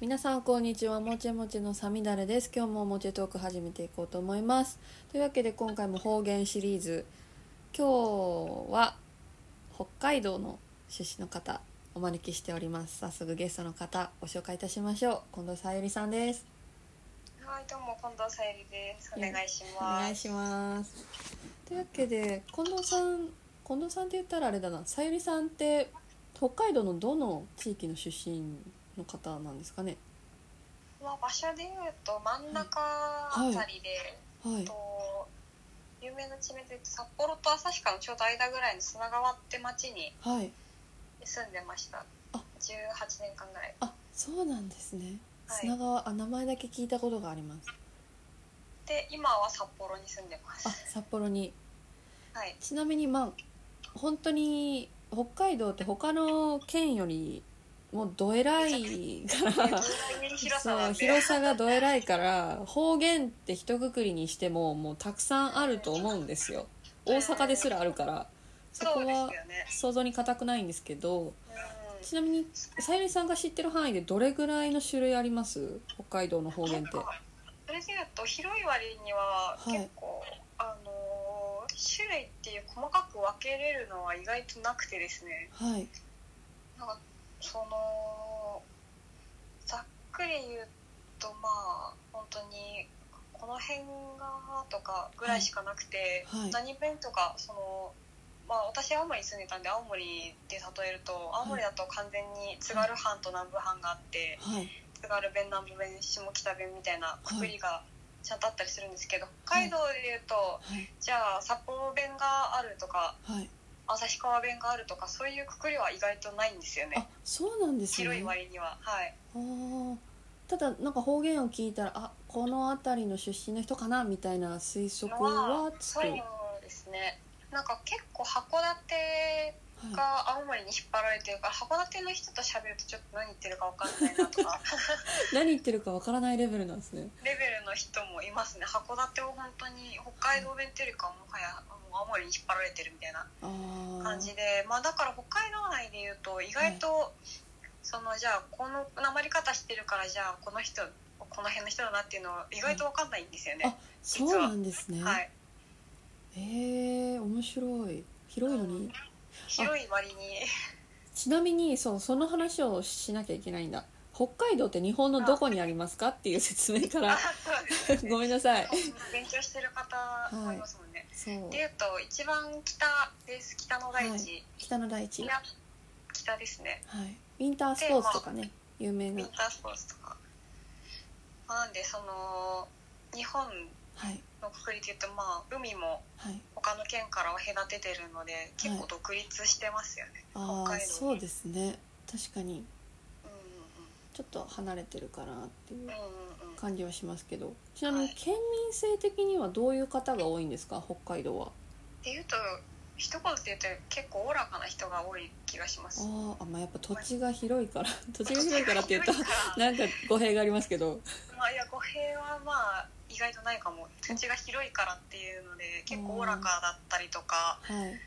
皆さんこんにちはもちもちのさみだれです今日ももちトーク始めていこうと思いますというわけで今回も方言シリーズ今日は北海道の出身の方お招きしております早速ゲストの方ご紹介いたしましょう近藤さゆりさんですはい、どうも近藤さゆりです。お願いしおま願いす。しますというわけで近藤さん近藤さんって言ったらあれだなさゆりさんって北海道のどの地域の出身の方なんですかねまあ、場所で言うと、真ん中あたりで、はいと。有名な地名で言うと、札幌と旭川のちょうど間ぐらいの砂川って町にはい住んでましたあ。 18年間ぐらい。あそうなんですねはい砂川、あ名前だけ聞いたことがありますで、今は札幌に住んでまあす。札幌にはい。ちなみにまあ本当に北海道って他の県よりもうどえらいかえっらと広さなそんうで。広さがどえらいから方言って一括りにしてももうたくさんあると思うんですよ大阪ですらあるからそそこうですはよね。想像に難くないんですけどうん。ちなみにさゆりさんが知ってる範囲でどれぐらいの種類あります北海道の方言ってなんかそれで言うと広い割にははい結構、あのー種類っていう細かく分けれるのは意外となくてですねはいなんかそのざっくり言うとまあ本当にこの辺がとかぐらいしかなくて、はい何弁とかその。まあ、私青森に住んでたんで青森で例えると青森だと完全に津軽藩と南部藩があって、はい津軽弁南部弁下北弁みたいなくくりがちゃんとあったりするんですけど、北海道でいうと、はいじゃあ札幌弁があるとかはい旭川弁があるとかそういうくくりは意外とないんですよあねそうなんですね広い割にははいあーただなんか方言を聞いたらあこの辺りの出身の人かなみたいな推測のははつく、そうはい、ですねなんか結構函館が青森に引っ張られてるから函館の人と喋るとちょっと何言ってるか分かんないな とか何言ってるかわからないレベルなんですねレベルの人もいますね函館を本当に北海道弁っていうよりかはもはやもう青森に引っ張られてるみたいなあー感じで、まあ、だから北海道内で言うと意外と、そのじゃあこのなまり方してるからじゃあこの人この辺の人だなっていうのは意外と分かんないんですよねあ。そうなんですね、はい、えー、面白い広いのに広い割にちなみにそうその話をしなきゃいけないんだ北海道って日本のどこにありますかっていう説明かあら そうです ごめんなさい勉強してる方もいますもんね。そうでいうと一番北です北の大地、北の大地、北は北ですねい、ウィンタースポーツとかね有名ウィなンタースポーツとか。まあなんでその日本はいのくくりで言うとまあ海もはい他の県からは隔ててるので結構独立してますよね、あ北あ海道にそうですね確かにうちょっと離れてるかなっていうんうんうんうんうん感じはしますけどちなみにはい県民性的にはどういう方が多いんですか北海道はっていうと一言で言うと結構おおらかな人が多い気がしますあーあまあやっぱ土地が広いから 土地が広いからって言う と広いからなんか語弊がありますけどまあいや語弊はまあ意外とないかも土地が広いからっていうので結構おおらかだったりとかはいうん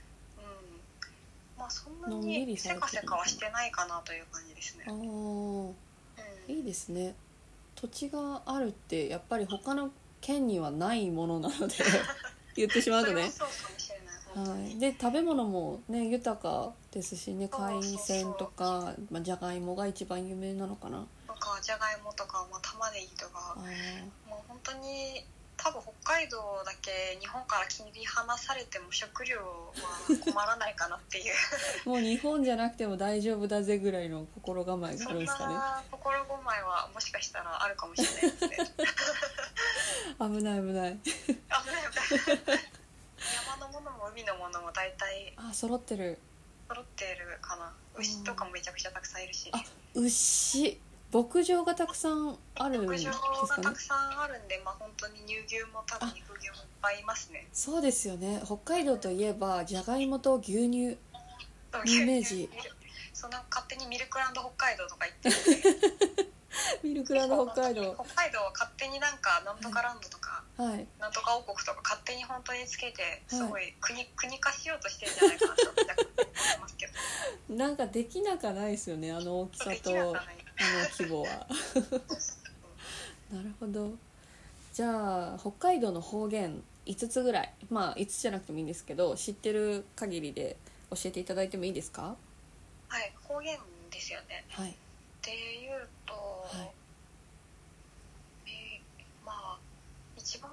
まあそんなのんびりにされてるせかせかはしてないかなという感じですねあーうんいいですね土地があるってやっぱり他の県にはないものな ので言ってしまうとそれねはそうかもしれない本当はに、い、で食べ物もね豊かですしねそうそう海そう鮮とかまあじゃがいもが一番有名なのかななんかじゃがいもとか、まあ、玉ねぎとかあーもう本当に多分北海道だけ日本から切り離されても食料は困らないかな っていうもう日本じゃなくても大丈夫だぜぐらいの心構えがあそるんんですかな心構えはもしかしたらあるかもしれないですねね危ない危ないあ危ない危ない山のものも海のものも大体あ揃ってる揃ってるかな牛とかもめちゃくちゃたくさんいるしあ牛牧場がたくさんあるんで牧す場かがたねくさんあるんで、まあ、本当に乳牛も多分肉牛もいっぱいいますねそうですよね北海道といえばじゃがいもと牛乳イメージそうなんか勝手にミルクランド北海道とか言ってミルクランド北海道北海道は勝手になんかなんとかランドとか、はいなんとか王国とか勝手に本当につけてすごはい国,、国化しようとしてんじゃないかなと思ってますけどなんかできなかないですよねあの大きさできなとくはないの規模はなるほどじゃあ北海道の方言5つぐらいまあ5つじゃなくてもいいんですけど知ってる限りで教えていただいてもいいですかはい方言ですよねはいっていうと、はいえーまあ一番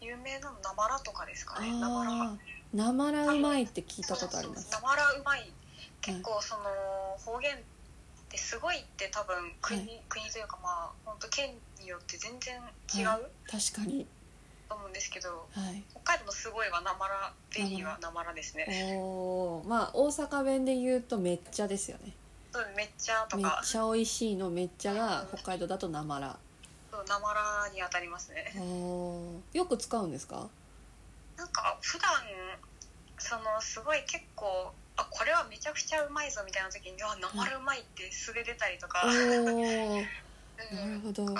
有名なのなまらとかですかねなまらああなまらうまいって聞いたことありまそうすそうなまらうまい結構その方言ってすごいって多分国,、は国というかまあ本当県によって全然違はいう確かにと思うんですけど、はい北海道のすごいはなまらベリーはなまらですね、おーまあ大阪弁で言うとめっちゃですよねそうめっちゃとめっかちゃ美味しいのめっちゃが北海道だとなまらそうなまらに当たりますねおーよく使うんですかなんか普段そのすごい結構あこれはめちゃくちゃうまいぞみたいな時に「あなまるうまい」って素で出たりとか、おうん、ーなるほどあな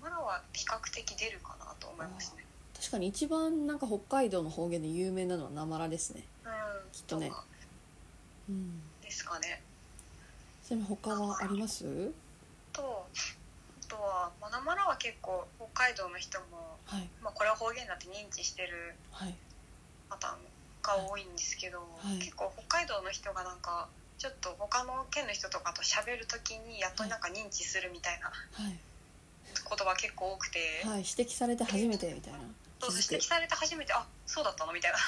まらは比較的出るかなと思いますね。確かに一番なんか北海道の方言で有名なのはなまらですねうん、きっとねかうんですかね。ちなみに他はありますとあとは、まあ、なまらは結構北海道の人も、はいまあ、これは方言だって認知してるはいパターンが多いんですけど、い結構北海道の人がなんかちょっと他の県の人とかと喋る時にやっとなんか認知するみたいなはい、言葉結構多くて、はい、指摘されて初めてみたいなそう気づ指摘くされて初めてあそうだったのみたいな。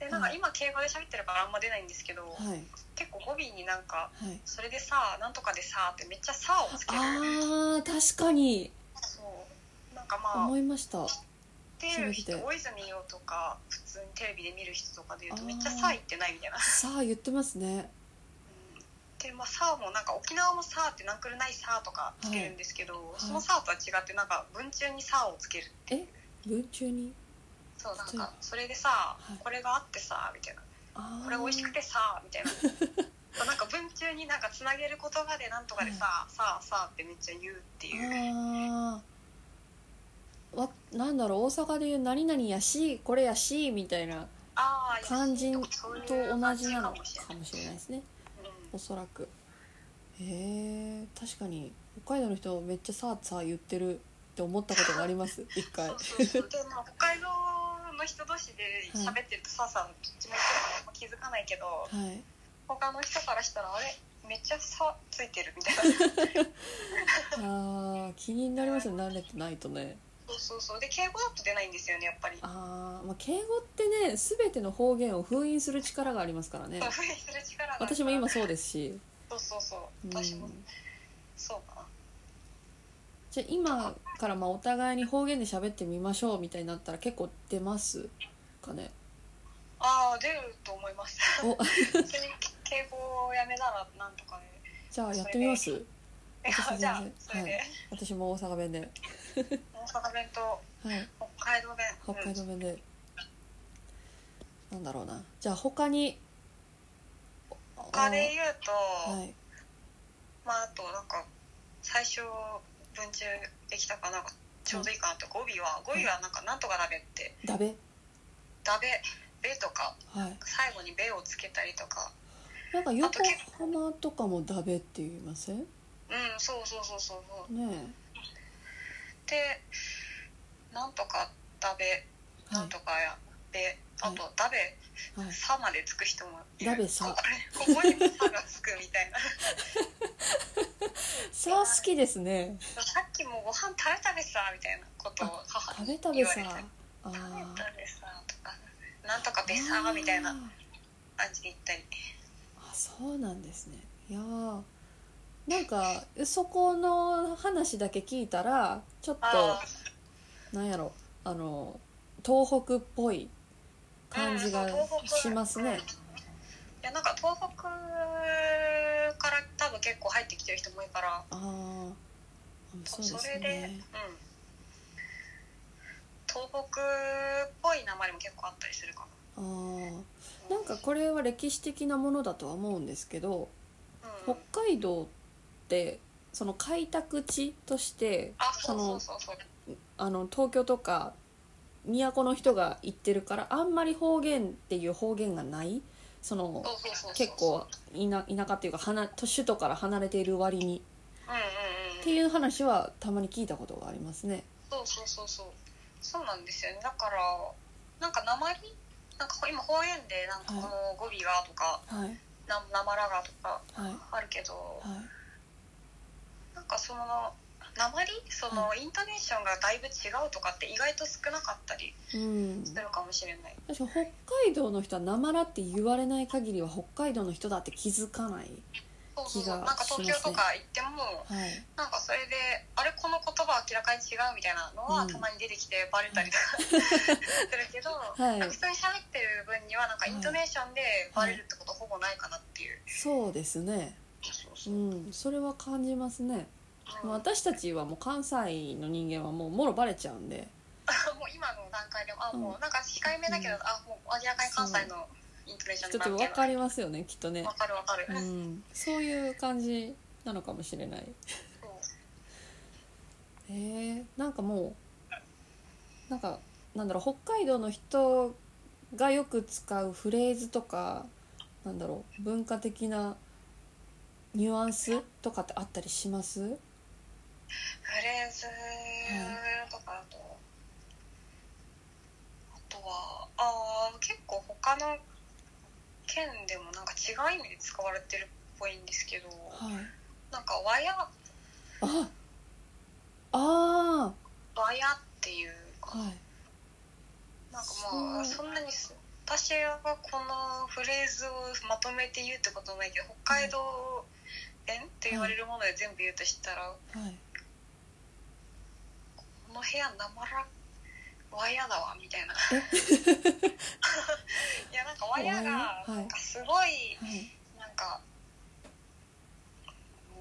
でなんか今敬語で喋ってるからあんま出ないんですけど、はい結構語尾になんかはい「それでさなんとかでさ」ってめっちゃ「さ」をつけるあー確かにそうなんかまあ思いました出る人初めて大泉洋とか普通にテレビで見る人とかで言うとあーめっちゃ「さ」言ってないみたいな。さあ言ってますねでまあ、サーもなんか沖縄もサーってナンクルないサーとかつけるんですけど、いそのサーとは違ってなんか文中にサーをつける文中にそうなんそうかそれでさ、はいこれがあってさみたいなあこれあ美味しくてさみたいなそうなんか文中になんかつなげる言葉でなんとかでさ、さあさあってめっちゃ言うっていうあーわなんだろう大阪でいう何々やしこれやしみたいなああ感じとと同そういうじなの感じかかももししれれない、ないですねうんおそらくへえ確かに北海道の人めっちゃさあさあ言ってるって思ったことがあります一回そうそうそうでまあ北海道の人同士で喋ってるとさあさあどっちも言ってるの気づかないけど、はい他の人からしたらあれめっちゃ差ついてるみたいなあー気になりますよね慣れてないとねそうそうそうで敬語だと出ないんですよねやっぱりそうあー、まあ敬語ってね全ての方言を封印する力がありますからね 不倫する力があるから私も今そうですし、そうそうそううん、私もそうかなじゃあ今からまあお互いに方言で喋ってみましょうみたいになったら結構出ますかねああ出ると思いますお普通に敬語をやめならなんとかねじゃあやってみますえ私全然じゃあそれで、は私も大阪弁で大阪弁とはい北海道弁北海う道ん弁で、なんだろうなじゃあ他に他で言うと、はいまああとなんか最初文中できたからなんかちょうどいいかなって語尾は語尾はなんかなんとかだべってダベだべべとかはい最後に「べ」をつけたりとかなんかあと横結浜とかもダベって言いませんねうんそうそうそうそうそうえで「なんとかだべ」「なはんとかやべ」あと「だべ」い、は「い、さ」までつく人もいるだべさここここに「さ」がつくみたいなそれは好きですねさっきも「ご飯食べたべさ」みたいなことを母食べに食べ言わされてあ「食べーたべさ」とか「なんとかべさ」みたいな感じで言ったりあそうなんですねいやーなんかそこの話だけ聞いたらちょっあとなんやろあの東北っぽい感じがうんそう東北しますね、いやなんか東北から多分結構入ってきてる人も多いからああそうそですれで、ねうん、東北っぽい名前も結構あったりするかあーなんかこれは歴史的なものだとは思うんですけどな、うん北、海道ってその開拓地としてあそそうそのうそうそうあの東京とか都の人が行ってるからあんまり方言っていう方言がないそのそうそうそうそう結構田田舎っていうか離都首都から離れている割にうんうんっうてんいう話はたまに聞いたことがありますねそうそうそうそうそうなんですよねだからなんか鉛なんか今方言でなんかこの語尾がとか、はいな鉛らがとかはいあるけどはいなんかその鉛そのイントネーションがだいぶ違うとかって意外と少なかったりうん、するかもしれない確かに北海道の人は「なまら」って言われない限りは北海道の人だって気づかない、そうそう気そうがなんか東し京ますとねか行ってもはい、なんかそれであれこの言葉明らかに違うみたいなのうはんたまに出てきてバレたりとか するけど、いなんか普通に喋ってる分にはなんかイントネーションでバレるってことほぼないかなっていう、そうですねそううそう、うんんそれは感じますねもう私たちはもう関西の人間はもうもろバレちゃうんで今の段階でもあもうなんか控えめだけど、うんあもう明らかに関西のイントネーションちょっと分わかりますよねきっとねわ、かるわかる、う、そうんそういう感じなのかもしれないえー、なんかもうなんかなんだろう北海道の人がよく使うフレーズとかなんだろう文化的なニュアンスとかってあったりしますフレーズとかあと、あとはあー結構他の県でもなんか違う意味で使われてるっぽいんですけどはいなんか和やああ和やっていうーかはいなんかまあそそんなにす私はこのフレーズをまとめて言うってことないけど北海道弁って言われるもので全部言うとしたら、はいこの部屋なまらワイヤだわみたい ないやなんかワイヤがワイヤはいなんかすごいはいなんか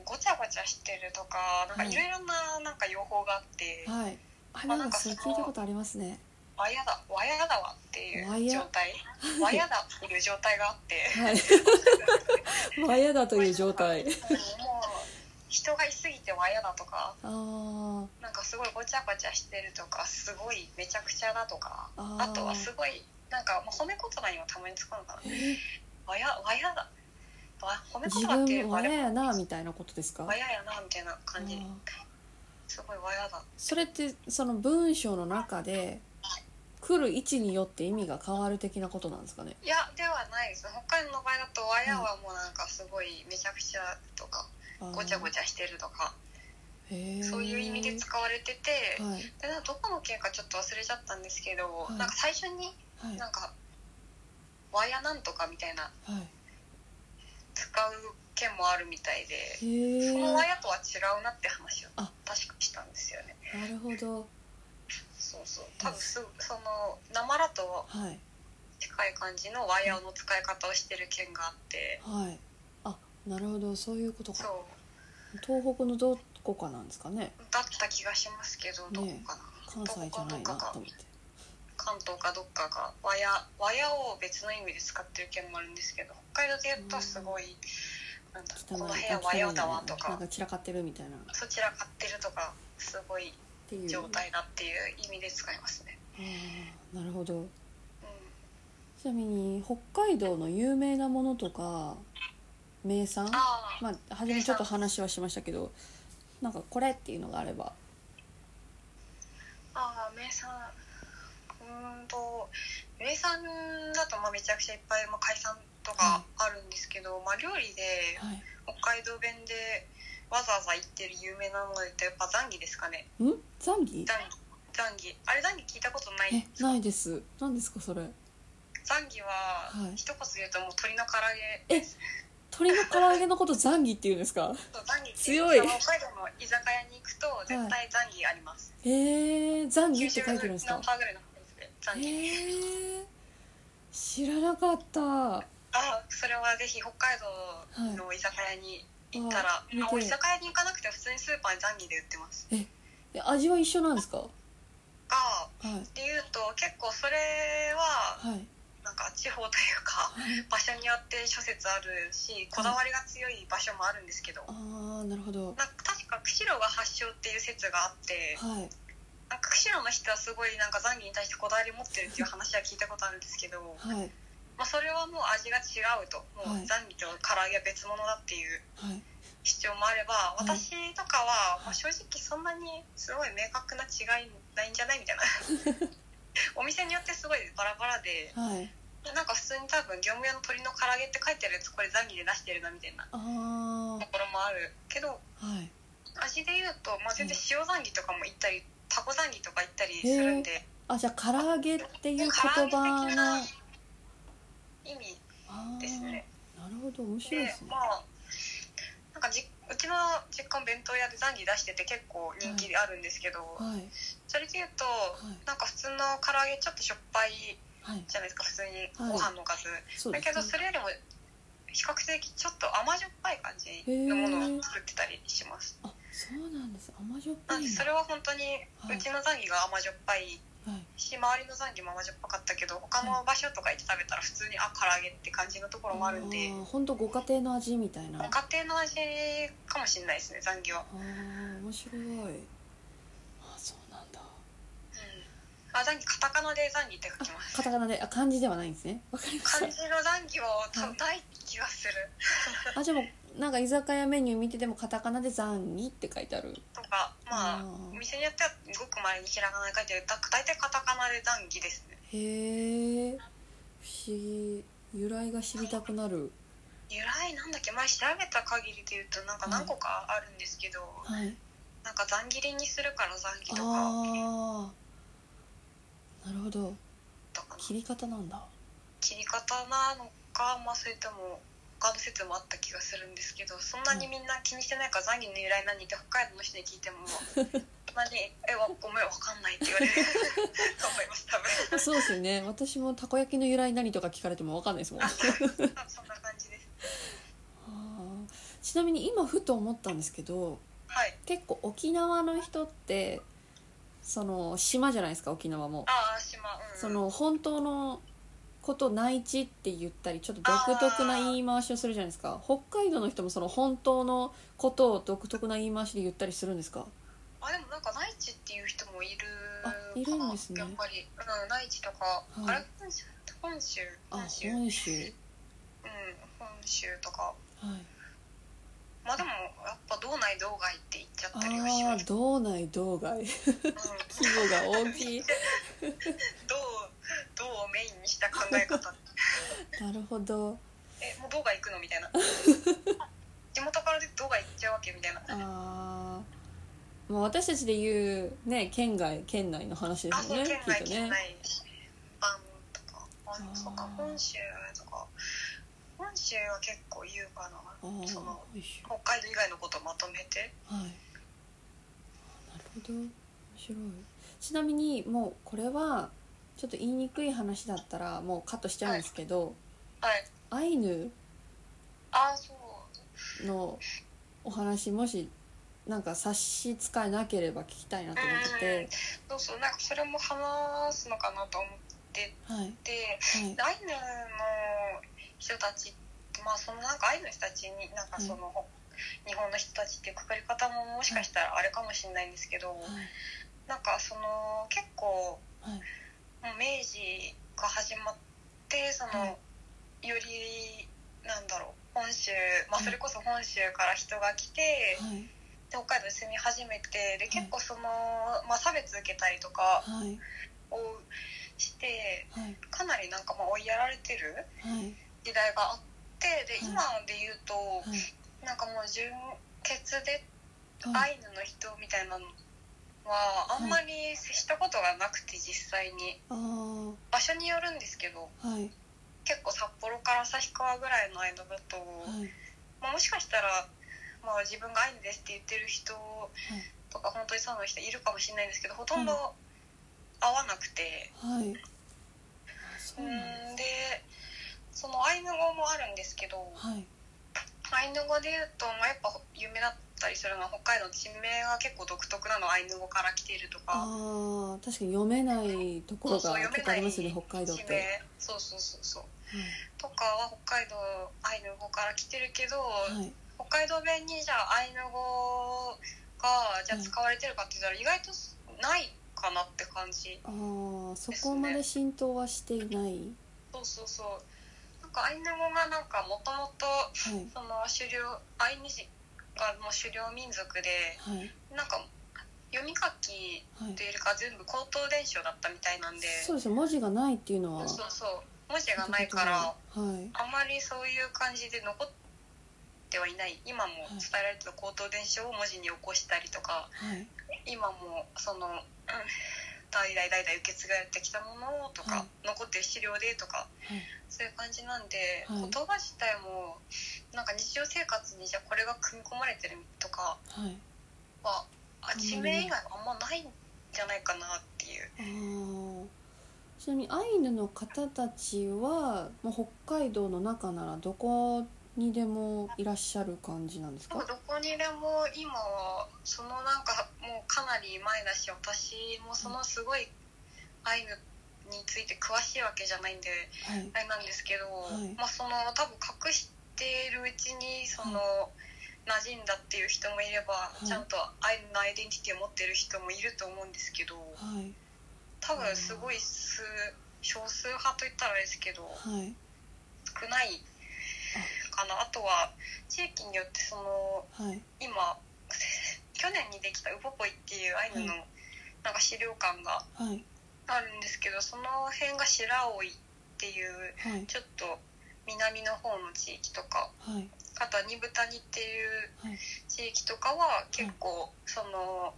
ごちゃごちゃしてるとかなんかはいいろいろななんか用法があってはいあまなんあなんかかそれそ聞いのたことありますねワイヤだワイヤだわっていうワイヤ状態ワイヤだっていう状態があってはい まあ嫌だという状態うんもう人がいすぎてワイヤだとかあーなんかすごいごちゃごちゃしてるとかすごいめちゃくちゃだとかあーあとはすごいなんか、まあ、褒め言葉にもたまに使うのかなえーわやわやだわ褒め自言葉ってい分うかはあれ嫌やなみたいなことですかわややなみたいな感じあーすごいわやだそれってその文章の中で来る位置によって意味が変わる的なことなんですかねいやではないです他の場合だとわやはもうなんかすごいめちゃくちゃとかごちゃごちちゃしてるとかゃへーそういう意味で使われててはいでなんかどこの県かちょっと忘れちゃったんですけど、はいなんか最初にはいなんかわやなんとかみたいなは使う県もあるみたいでいへえそのなわやとは違うなって話をあ確かしたんですよねるほどそうそう多分すそのなまらとはい近い感じのワイヤーの使い方をしてる県があってはいあなるほどそういうことそかう東北のどこかなんですかねだった気がしますけどどこかな、関西じゃないどなっかとか思って関東かどっかがワヤワヤを別の意味で使ってる県もあるんですけど北海道で言うとすごい、なんだこ汚いの部あ屋ワヤだわ汚といなんかか散らかってるみたいなっそちら買ってるとかすごいていう状態だっていう意味で使いますね、あーなるほどうん、ちなみに北海道の有名なものとか名産ああまあ初めちょっと話はしましたけどなんかこれっていうのがあればああ名産うーんと名産だとまあめちゃくちゃいっぱい、まあ、海産とかあるんですけど、まあ、料理ではい北海道弁でわざわざ行ってる有名なので言うとやっぱザンギですかねんザンギザンギザンギあれザンギ聞いたことないえないです何ですかそれザンギははい一言で言うともう鶏の唐揚げえ鶏の唐揚げのことザンギっていうんですかそうザンギって強いその北海道の居酒屋に行くと絶対ザンギあります、えー、ザンギって90書いてるんですか何パーぐらいの確率でザえンギ、ー、知らなかったあそれはぜひ北海道の居酒屋に行ったら、はいああもう見居て酒屋に行かなくて普通にスーパーにザンギで売ってますえ味は一緒なんですかはがいっていうと結構それははいなんか地方というかはい場所によって諸説あるしこだわりが強い場所もあるんですけど、ああなるほどなんか確か釧路が発祥っていう説があってはいなんか釧路の人はすごいなんかザンギに対してこだわり持ってるっていう話は聞いたことあるんですけど、はいままあ、それはもう味が違うともはういザンビと唐揚げは別物だっていうはい主張もあればい私とかははい、まあ、正直そんなにすごい明確な違いないんじゃないみたいな お店によってすごいバラバラではいなんか普通に多分業務用の鶏の唐揚げって書いてあるやつこれザンギで出してるなみたいなあところもあるけどーはい味で言うと、まあ、全然塩ザンギとかも行ったりタコザンギとか行ったりするんであじゃあ唐揚げっていう言唐揚げ葉の的な意味あーですね。なるほど面白いでですねまあなんかじうちの実家も弁当屋でザンギ出してて結構人気であるんですけど、はいそれで言うとはいなんか普通の唐揚げちょっとしょっぱいはいじゃないですか普通にはいご飯のおかず、そうだでけどすそねれよりも比較的ちょっと甘じょっぱい感じのものを作ってたりしますあそうなんです甘じょっぱないんんでだそれは本当にはいうちのザンギが甘じょっぱいはいし周りのザンギも甘じょっぱかったけど他の場所とか行って食べたら普通にあ唐揚げって感じのところもあるんでーほんとご家庭の味みたいなあ家庭の味かもしれないですねザンギは、ー面白いあそうなんだうん、あザンギカタカナでザンギって書きますカタカナであ漢字ではないんですねわかりました漢字のザンギは多分ない気がするあでもなんか居酒屋メニュー見ててもカタカナで「ザンギ」って書いてあるとかまあー店によってはごく前にひらがなで書いてあるだ大体カタカナでザンギですねへえ不思議由来が知りたくなる由来なんだっけ前調べた限りで言うとなんか何個かあるんですけど、はいなんかザンギリにするからザンギとかだっああなるほどたかな切り方なんだ切り方なのか、まあ、それとも他の説もあった気がするんですけどそんなにみんな気にしてないからザンギの由来何って北海道の人に聞い てもそんなに「えわごめんわかんない」って言われる と思いま す多分そうですよね私もたこ焼きの由来何とか聞かれても分かんないですもんああそんな感じですーちなみに今ふと思ったんですけどはい結構沖縄の人ってその島じゃないですか沖縄もああ島うんその本当のこと内地って言ったりちょっと独特な言い回しをするじゃないですか北海道の人もその本当のことを独特な言い回しで言ったりするんですかあでもなんか内地っていう人もいるあいるんですねやっぱり、うん、内地とか、いあれ本州本州あ本州うん本州本州とかはいまあでもやっぱ道内道外って言っちゃったりはしあまあす、道内道外うん、規模が大きいどうどうをメインにした考え方なるほどえもう道外行くのみ たいな地元からで道外行っちゃうわけみたいなああもう私たちで言うね県外県内の話であすそようね県きっ外と県ね内版とかあでもそうかあー本州とか本州は結構言うかあなーその本州北海道以外のことをまとめてはい。なるほど。面白い。ちなみに、もうこれは、ちょっと言いにくい話だったら、もうカットしちゃうんですけど、はいアイヌあそうのお話、もし、なんか差し支えなければ聞きたいなと思ってて、そうそうなんかそれも話すのかなと思ってはい、はい、てでアイヌの人たちまあそのなんかアイヌの人たちになんかその、日本の人たちっていうくくり方ももしかしたらあれかもしれないんですけど、はなんかその結構い、はい、もう明治が始まってその、はよりなんだろう本州、まあ、それこそ本州から人が来て、はい、で北海道に住み始めてでい結構その、まあ、差別受けたりとかはい、をしてはい、かなりなんかまあ追いやられてるはい、時代があってではい今で言うと、はい、なんかもう純血でアはい、イヌの人みたいなのはあんまり接したことがなくて実際にあ場所によるんですけどあ、はい、結構札幌から旭川ぐらいの間だと、はい、まあ、もしかしたら、まあ、自分がアイヌですって言ってる人とか本当にそうな人いるかもしれないんですけどほとんど会わなくて、はい。あそううなんん、ででそのアイヌ語もあるんですけどす。はい、アイヌ語で言うと、まあ、やっぱ有名だったりするのは北海道の地名が結構独特なのアイヌ語から来ているとか。ああ、確かに読めないところが結構ありますよね、北海道っ地て。名そうそうそうそうとかは北海道アイヌ語から来てるけど、はい、はい北海道弁にじゃあアイヌ語がじゃあ使われてるかって言ったら意外とないかなって感じああそこまで浸透はしていない、そうそうそうかアイヌ語がなんかもともとはいその狩猟アイヌ人がもう狩猟民族ではいなんか読み書きはいというよりかは全部口頭伝承だったみたいなんでそうですね文字がないっていうのはそうそう文字がないからはいあまりそういう感じで残ってはいない今も伝えられてる口頭伝承を文字に起こしたりとかはい今もその、うん、代々代々受け継がれてきたものをとか、は残ってる資料でとかはいそういう感じなんで、はい言葉自体もなんか日常生活にじゃあこれが組み込まれてるとかはいはあうん地名以外はあんまないんじゃないかなっていう。あーちなみにアイヌの方たちはもう北海道の中ならどこにでもいらっしゃる感じなんですでもかどこにでも今はそのなんかもうかなり前だし私もそのすごいアイヌについて詳しいわけじゃないんではいあれなんですけど、はいまあその多分隠してるうちにその、馴染んだっていう人もいれば、いちゃんとアイヌのアイデンティティを持ってる人もいると思うんですけどはい多分すごい数少数派といったらあれですけどはい少ないかなあとは地域によってそのはい今去年にできたウポポイっていうアイヌのはなんか資料館がはいあるんですけどその辺が白老っていうはいちょっと南の方の地域とかはいあとは二豚谷っていうはい地域とかは結構その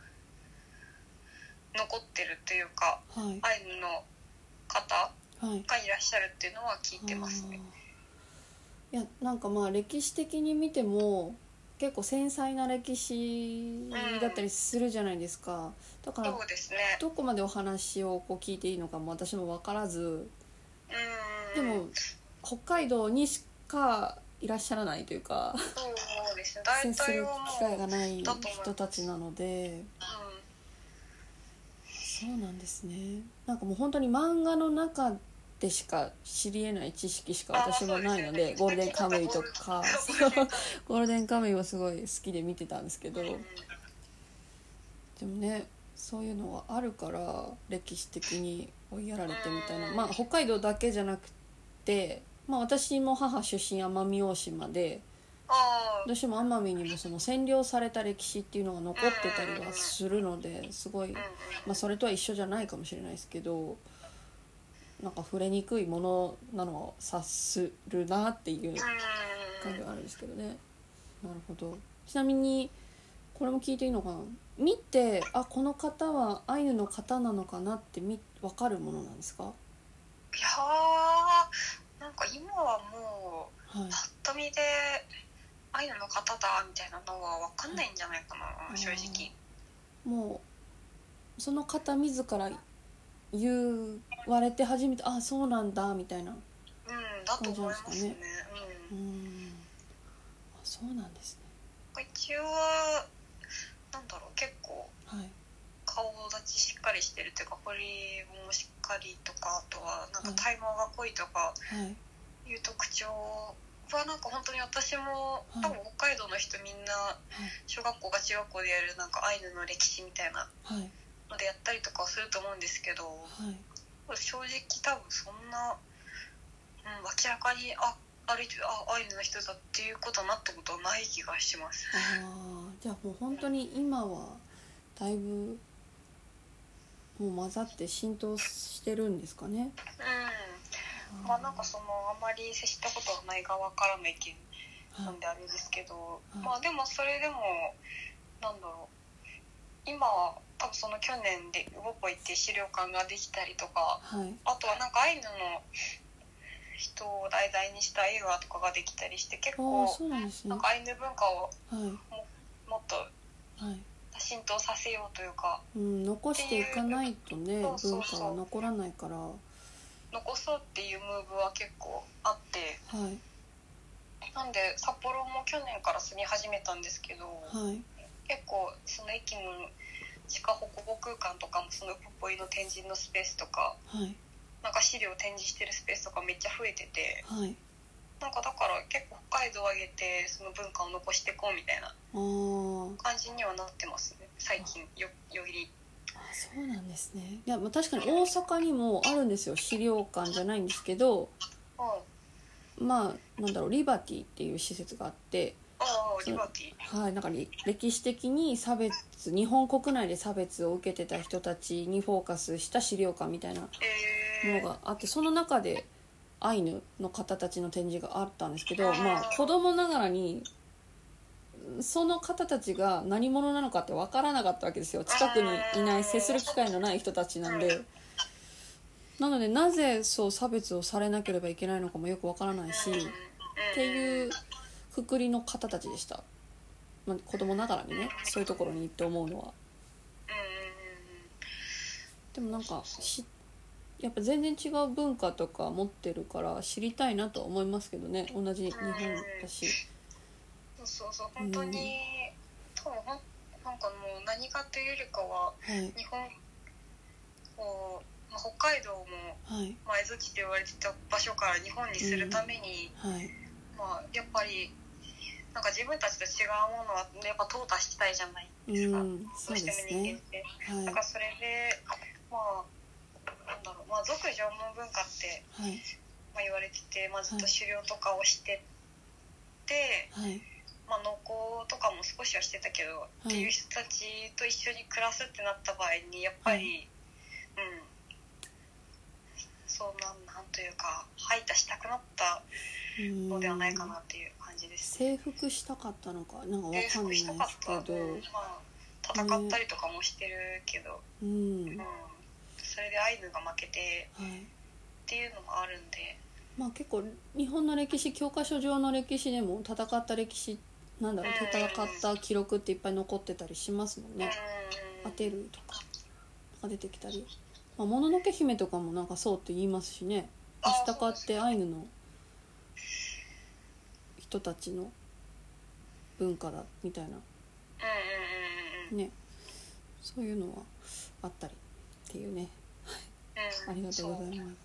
残ってるというかはいアイヌの方はいがいらっしゃるっていうのは聞いてますね。あーいやなんかまあ歴史的に見ても結構繊細な歴史だったりするじゃないですか、だからそうですねどこまでお話をこう聞いていいのかも私も分からずでうんも北海道にしかいらっしゃらないというかそうですね接大す体るは機もう、会がないだと思います人たちなのでうんそうなんですねなんかもう本当に漫画の中でしか知り得ない知識しか私もないのであゴーそうですよねルデンカムイと かゴーそうゴールルデンカムイデンカムイはすごい好きで見てたんですけどうんでもねそういうのはあるから歴史的に追いやられてみたいなまあ北海道だけじゃなくて、まあ、私も母出身奄美大島で。ああどうしても奄美にもその占領された歴史っていうのが残ってたりはするのですごい、うんまうんあ、それとは一緒じゃないかもしれないですけどなんか触れにくいものなのを察するなっていう感じうんはあるんですけどね。なるほどちなみにこれも聞いていいのかな見てあこの方はアイヌの方なのかなってみ分かるものなんですかはいやーなんか今はもういぱっと見でアイヌの方だみたいなのは分かんないんじゃないかうなん正直もうその方自ら言われて初めてあそうなんだみたいなうんだと思いますねううんんあそうなんですね一応はなんだろう結構はい顔立ちしっかりしてるっていうか彫りもしっかりとかあとはなんか体毛が濃いとはかいいう特徴はなんか本当に私もはい多分北海道の人みんな小学校か中学校でやるなんかアイヌの歴史みたいなはいはいのでやったりとかはすると思うんですけどはい正直多分そんな、うん、明らかにあ歩いてるあアイヌの人だっていうことになったことはない気がします。ああじゃあもう本当に今はだいぶもう混ざって浸透してるんですかねうんまあ、なんかそのあまり接したことはない側からの意見はないんであれですけど、はいまあでもそれでもなんだろう今は多分その去年でウボポイって資料館ができたりとかはいあとはなんかアイヌの人を題材にした映画とかができたりして結ああ構そうなんですねなんはかアイヌ文化をいもっとはい浸透させようというかうん、残していかないとねそうそ文う化そうは残らないからは残そうっていうムーブは結構あっていなんで札幌も去年から住み始めたんですけど。はい結構その駅の地下保護空間とかもそのポポイの展示のスペースとかはいなんか資料展示してるスペースとかめっちゃ増えててはいなんかだから結構北海道を挙げてその文化を残していこうみたいなあー感じにはなってますね最近よよりあそうなんですねいやまあ確かに大阪にもあるんですよ資料館じゃないんですけどうんまあなんだろうリバティっていう施設があって、おーリバティはい、なんかり歴史的に差別日本国内で差別を受けてた人たちにフォーカスした資料館みたいなもえのがあってその中でアイヌの方たちの展示があったんですけど、まあ、子供ながらにその方たちが何者なのかって分からなかったわけですよ近くにいない接する機会のない人たちなんでなのでなぜそう差別をされなければいけないのかもよく分からないしー、っっていうくくりの方たちでした、まあ、子供ながらにねそういうところにって思うのは。でもなんかしやっぱ全然違う文化とか持ってるから知りたいなとは思いますけどね同じ日本だしそうそうそう本当に、多分ほんなんかもう何かというよりかははい日本を、まあ、北海道も、はいまあ、蝦夷地と言われてた場所から日本にするために、はいまあ、やっぱりなんか自分たちと違うものはやっぱ淘汰したいじゃないですか、うどんそううしでてすも人間ねって。はいなんかそれで、まあ、なんだろう、まあ、俗縄文文化って、はいまあ、言われてて、まあ、ずっと狩猟とかをしてて、はいまあ、農耕とかも少しはしてたけど、いっていう人たちと一緒に暮らすってなった場合にやっぱり、うんそうなんなんというか排他したくなったうんのではないかなっていう感じです。征服したかったのかなんかわ征かんないで服しすたかった、けどまあ、戦ったりとかもしてるけど、うんうんはい、それでアイヌが負けてっていうのもあるんで、まあ結構日本の歴史教科書上の歴史でも戦った歴史なんだろううん戦った記録っていっぱい残ってたりしますもんねう当んてるとかが出てきたり「まあもののけ姫」とかもなんかそうって言いますしねあー明日かってアイヌの人たちの文化だみたいなうんうんうんうんうんねそういうのはあったりっていうねうんありがとうございそます。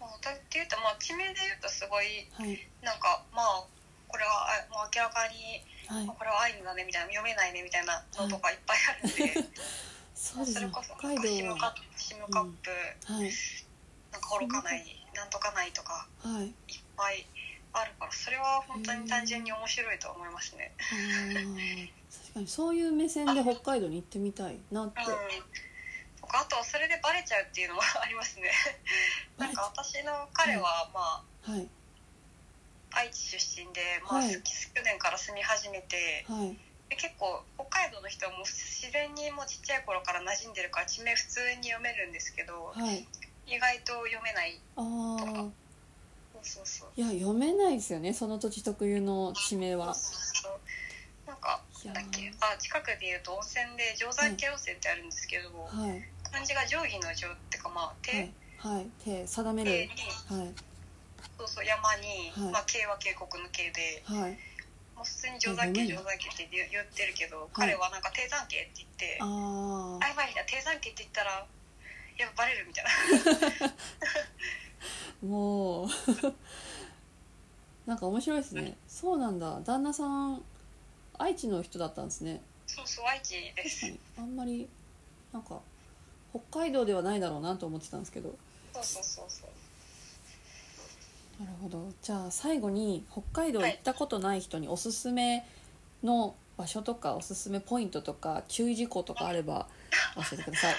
まあ、だっていうとまあ地名で言うとすごいはい、なんかまあこれはあもう明らかにはいあ、これはアイヌだねみたいな読めないねみたいなのとかいっぱいある んで、そうですれねこそ北なん海かシ道ムはカップ、シムカップはいなんかホロカナイなんとかないとかはいいっぱいあるからそれは本当に単純に面白いと思いますね。あー確かにそういう目線で北海道に行ってみたいなってうんとかあとそれでバレちゃうっていうのはありますね。バなレんちゃか私の彼はまあうはい愛知出身で、まあ、はいす去年から住み始めてはいで結構北海道の人はもう自然にもうちっちゃい頃から馴染んでるから地名普通に読めるんですけどはい意外と読めないああそうそうそういや読めないですよねその土地特有の地名そうはそうそうなんかいやなんだっけーあ近くで言うと温泉で定山渓温泉ってあるんですけど、はい漢字が定義の定ってかまあは手い、はい手定め手るにはいそうそう山に、はいまあ、渓は渓谷の渓ではいもう普通に定山え読め渓定山渓って言う言ってるけど、彼はなんか定山渓って言って。ああやばいな低山系って言ったらやっぱバレるみたいな あもう なんか面白いですねそうなんだ旦那さん愛知の人だったんですねそうそう愛知で確すかにあんまりなんか北海道ではないだろうなと思ってたんですけどそうそうそうそうなるほどじゃあ最後に北海道行ったことない人におすすめの場所とかおすすめポイントとか注意事項とかあれば教えてください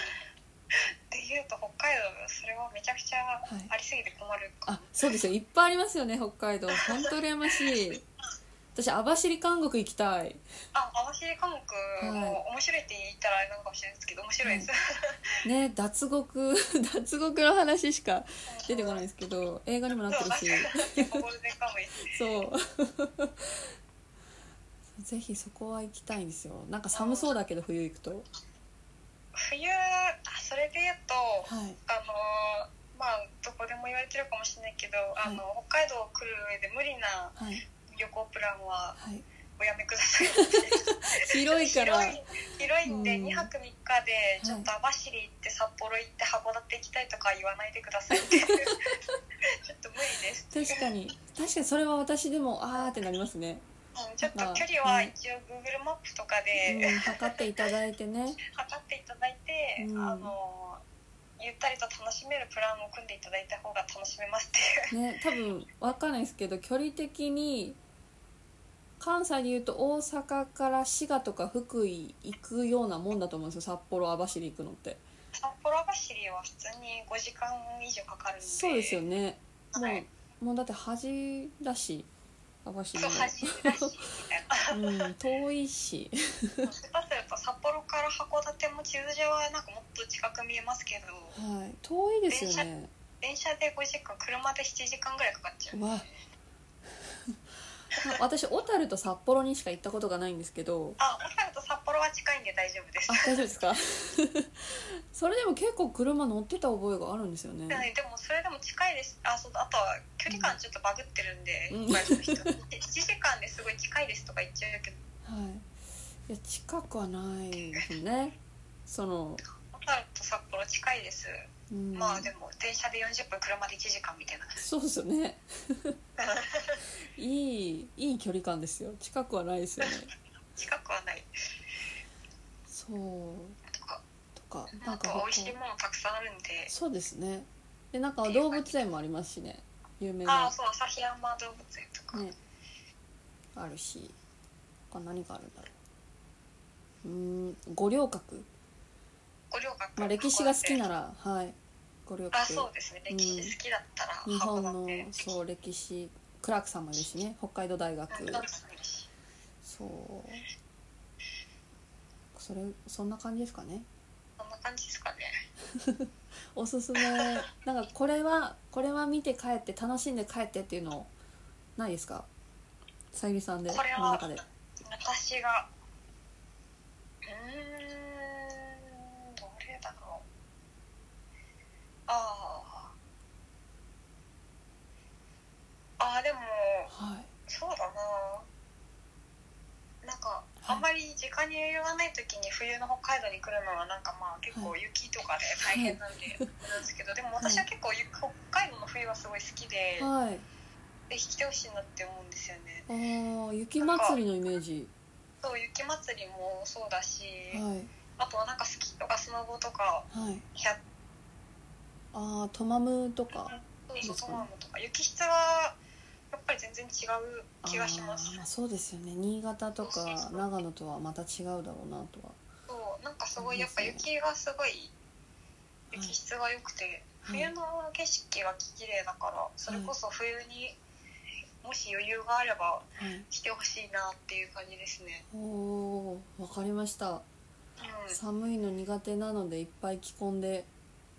で言うと北海道それはめちゃくちゃはいありすぎて困るか、あそうですよいっぱいありますよね北海道本当羨ましい私網走監獄行きたいあ網走科目も面白いって言ったらあれなのかもしれないですけど面白いです、ね脱獄 脱獄の話しか出てこない ですけど映画にもなってるしやっぱゴールデンカムイそう ぜひそこは行きたいんですよなんか寒そうだけど冬行くと冬あそれで言うとはいあのーまあどこでも言われてるかもしれないけど、あの北海道来る上で無理なはい旅行プランははいおやめください広いから広い広いんでうん2泊3日でちょっと網走行って札幌行って函館行きたいとか言わないでください っていうちょっと無理ですっていう確かに確かにそれは私でもあーってなりますね、うんちょっと距離は一応 Google マップとかうでん、測っていただいてね測っていただいて、うんあのゆったりと楽しめるプランを組んでいただいた方が楽しめますっていうね多分分かんないですけど距離的に関西でいうと大阪から滋賀とか福井行くようなもんだと思うんですよ札幌網走行くのって札幌網走は普通に5時間以上かかるんでそうですよねねもはいうもうだって恥だし網走そう走りだしみたいな も、うん、遠いし下手すると札幌から函館も地図上はなんかもっと近く見えますけどはい遠いですよね電車で5時間車で7時間ぐらいかかっちゃううわ 私小樽と札幌にしか行ったことがないんですけどあ小樽と札幌は近いんで大丈夫ですあ大丈夫ですか それでも結構車乗ってた覚えがあるんですよね、でもそれでも近いですあそうあとは距離感ちょっとバグってるんで、うん一般の人7時 間ですごい近いですとか言っちゃうけどはい、いや近くはないです ねその、小樽と札幌近いです、うん、まあでも電車で40分車で1時間みたいなそうですよ ねいいいい距離感ですよ近くはないですよね近くはないそうとかとかななんんかか美味しい他ものたくさんあるんでそうですねでなんか動物園もありますしね有名あなあそう旭山動物園とか、ねあるし他何があるんだろううーん五稜郭、五稜郭まあ、歴史が好き函ならはい五稜館あそう郭ですね歴史好きだったら日本の函館そう歴史クラークさんもいるしね北海道大学うんそうですねそうそれそんな感じですかねそんな感じですかねおすすめなんかこれはこれは見て帰って楽しんで帰ってっていうのないですかさゆりさんでこれはの中で私がうーんどれだろうああああでもはいそうだななんかあんまり時間に余裕がない時に冬の北海道に来るのはなんかまあ結構雪とかで大変なんでなんですけどで も私は結構雪北海道の冬はすごい好きではいぜひ来てほしいなって思うんですよねあー雪祭りのイメージそう雪祭りもそうだし、はいあとはなんかスキーとかスノボとかはい100ああトマムとかそうそうトマムとか雪質はやっぱり全然違う気がしますあーあそうですよね新潟とそうそうかそう長野とはまた違うだろうなとはそうなんかすごいやっそぱうですね雪がすごい雪質が良くて、はい冬の景色が綺麗だからそれこそ冬にもし余裕があればはい来てほしいなっていう感じですね、おーわかりましたうん、寒いの苦手なのでいっぱい着込んで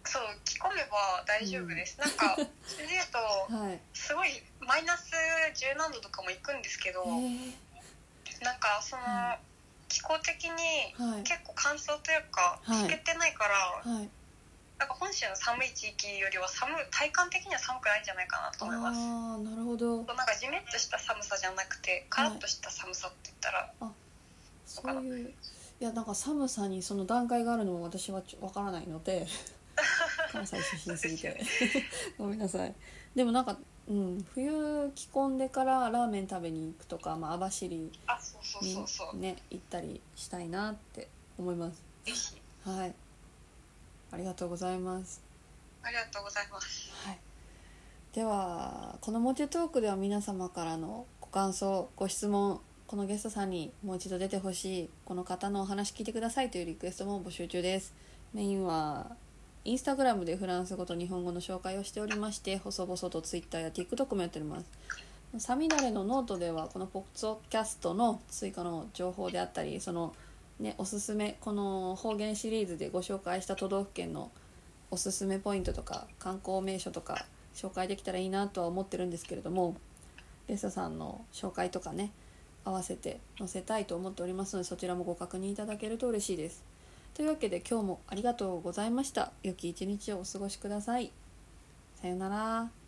そう着込めば大丈夫です、なんかそれで言うとはいすごいマイナス10何度とかも行くんですけえど、ー、なんかそのは気候的にはい結構乾燥というかはい湿ってないから、はいなんか本州の寒い地域よりは寒い体感的には寒くないんじゃないかなと思います。ああなるほどなんかジメッとした寒さじゃなくてカラッとした寒さって言ったら、そういういやなんか寒さにその段階があるのも私はちょわからないの で関西出身すぎて ごめんなさいでもなんか、うん、冬着込んでからラーメン食べに行くとか、まあ、網走にあそうそうそうそう、ね行ったりしたいなって思いますぜひはいありがとうございますありがとうございますはい、ではこの「モテトーク」では皆様からのご感想ご質問このゲストさんにもう一度出てほしいこの方のお話聞いてくださいというリクエストも募集中ですメインはインスタグラムでフランス語と日本語の紹介をしておりまして細々と Twitter や TikTok もやっておりますサミダレのノートではこのポッドキャストの追加の情報であったりその、ね、おすすめこの方言シリーズでご紹介した都道府県のおすすめポイントとか観光名所とか紹介できたらいいなとは思ってるんですけれどもレストさんの紹介とかね合わせて載せたいと思っておりますのでそちらもご確認いただけると嬉しいですというわけで今日もありがとうございました良き一日をお過ごしくださいさようなら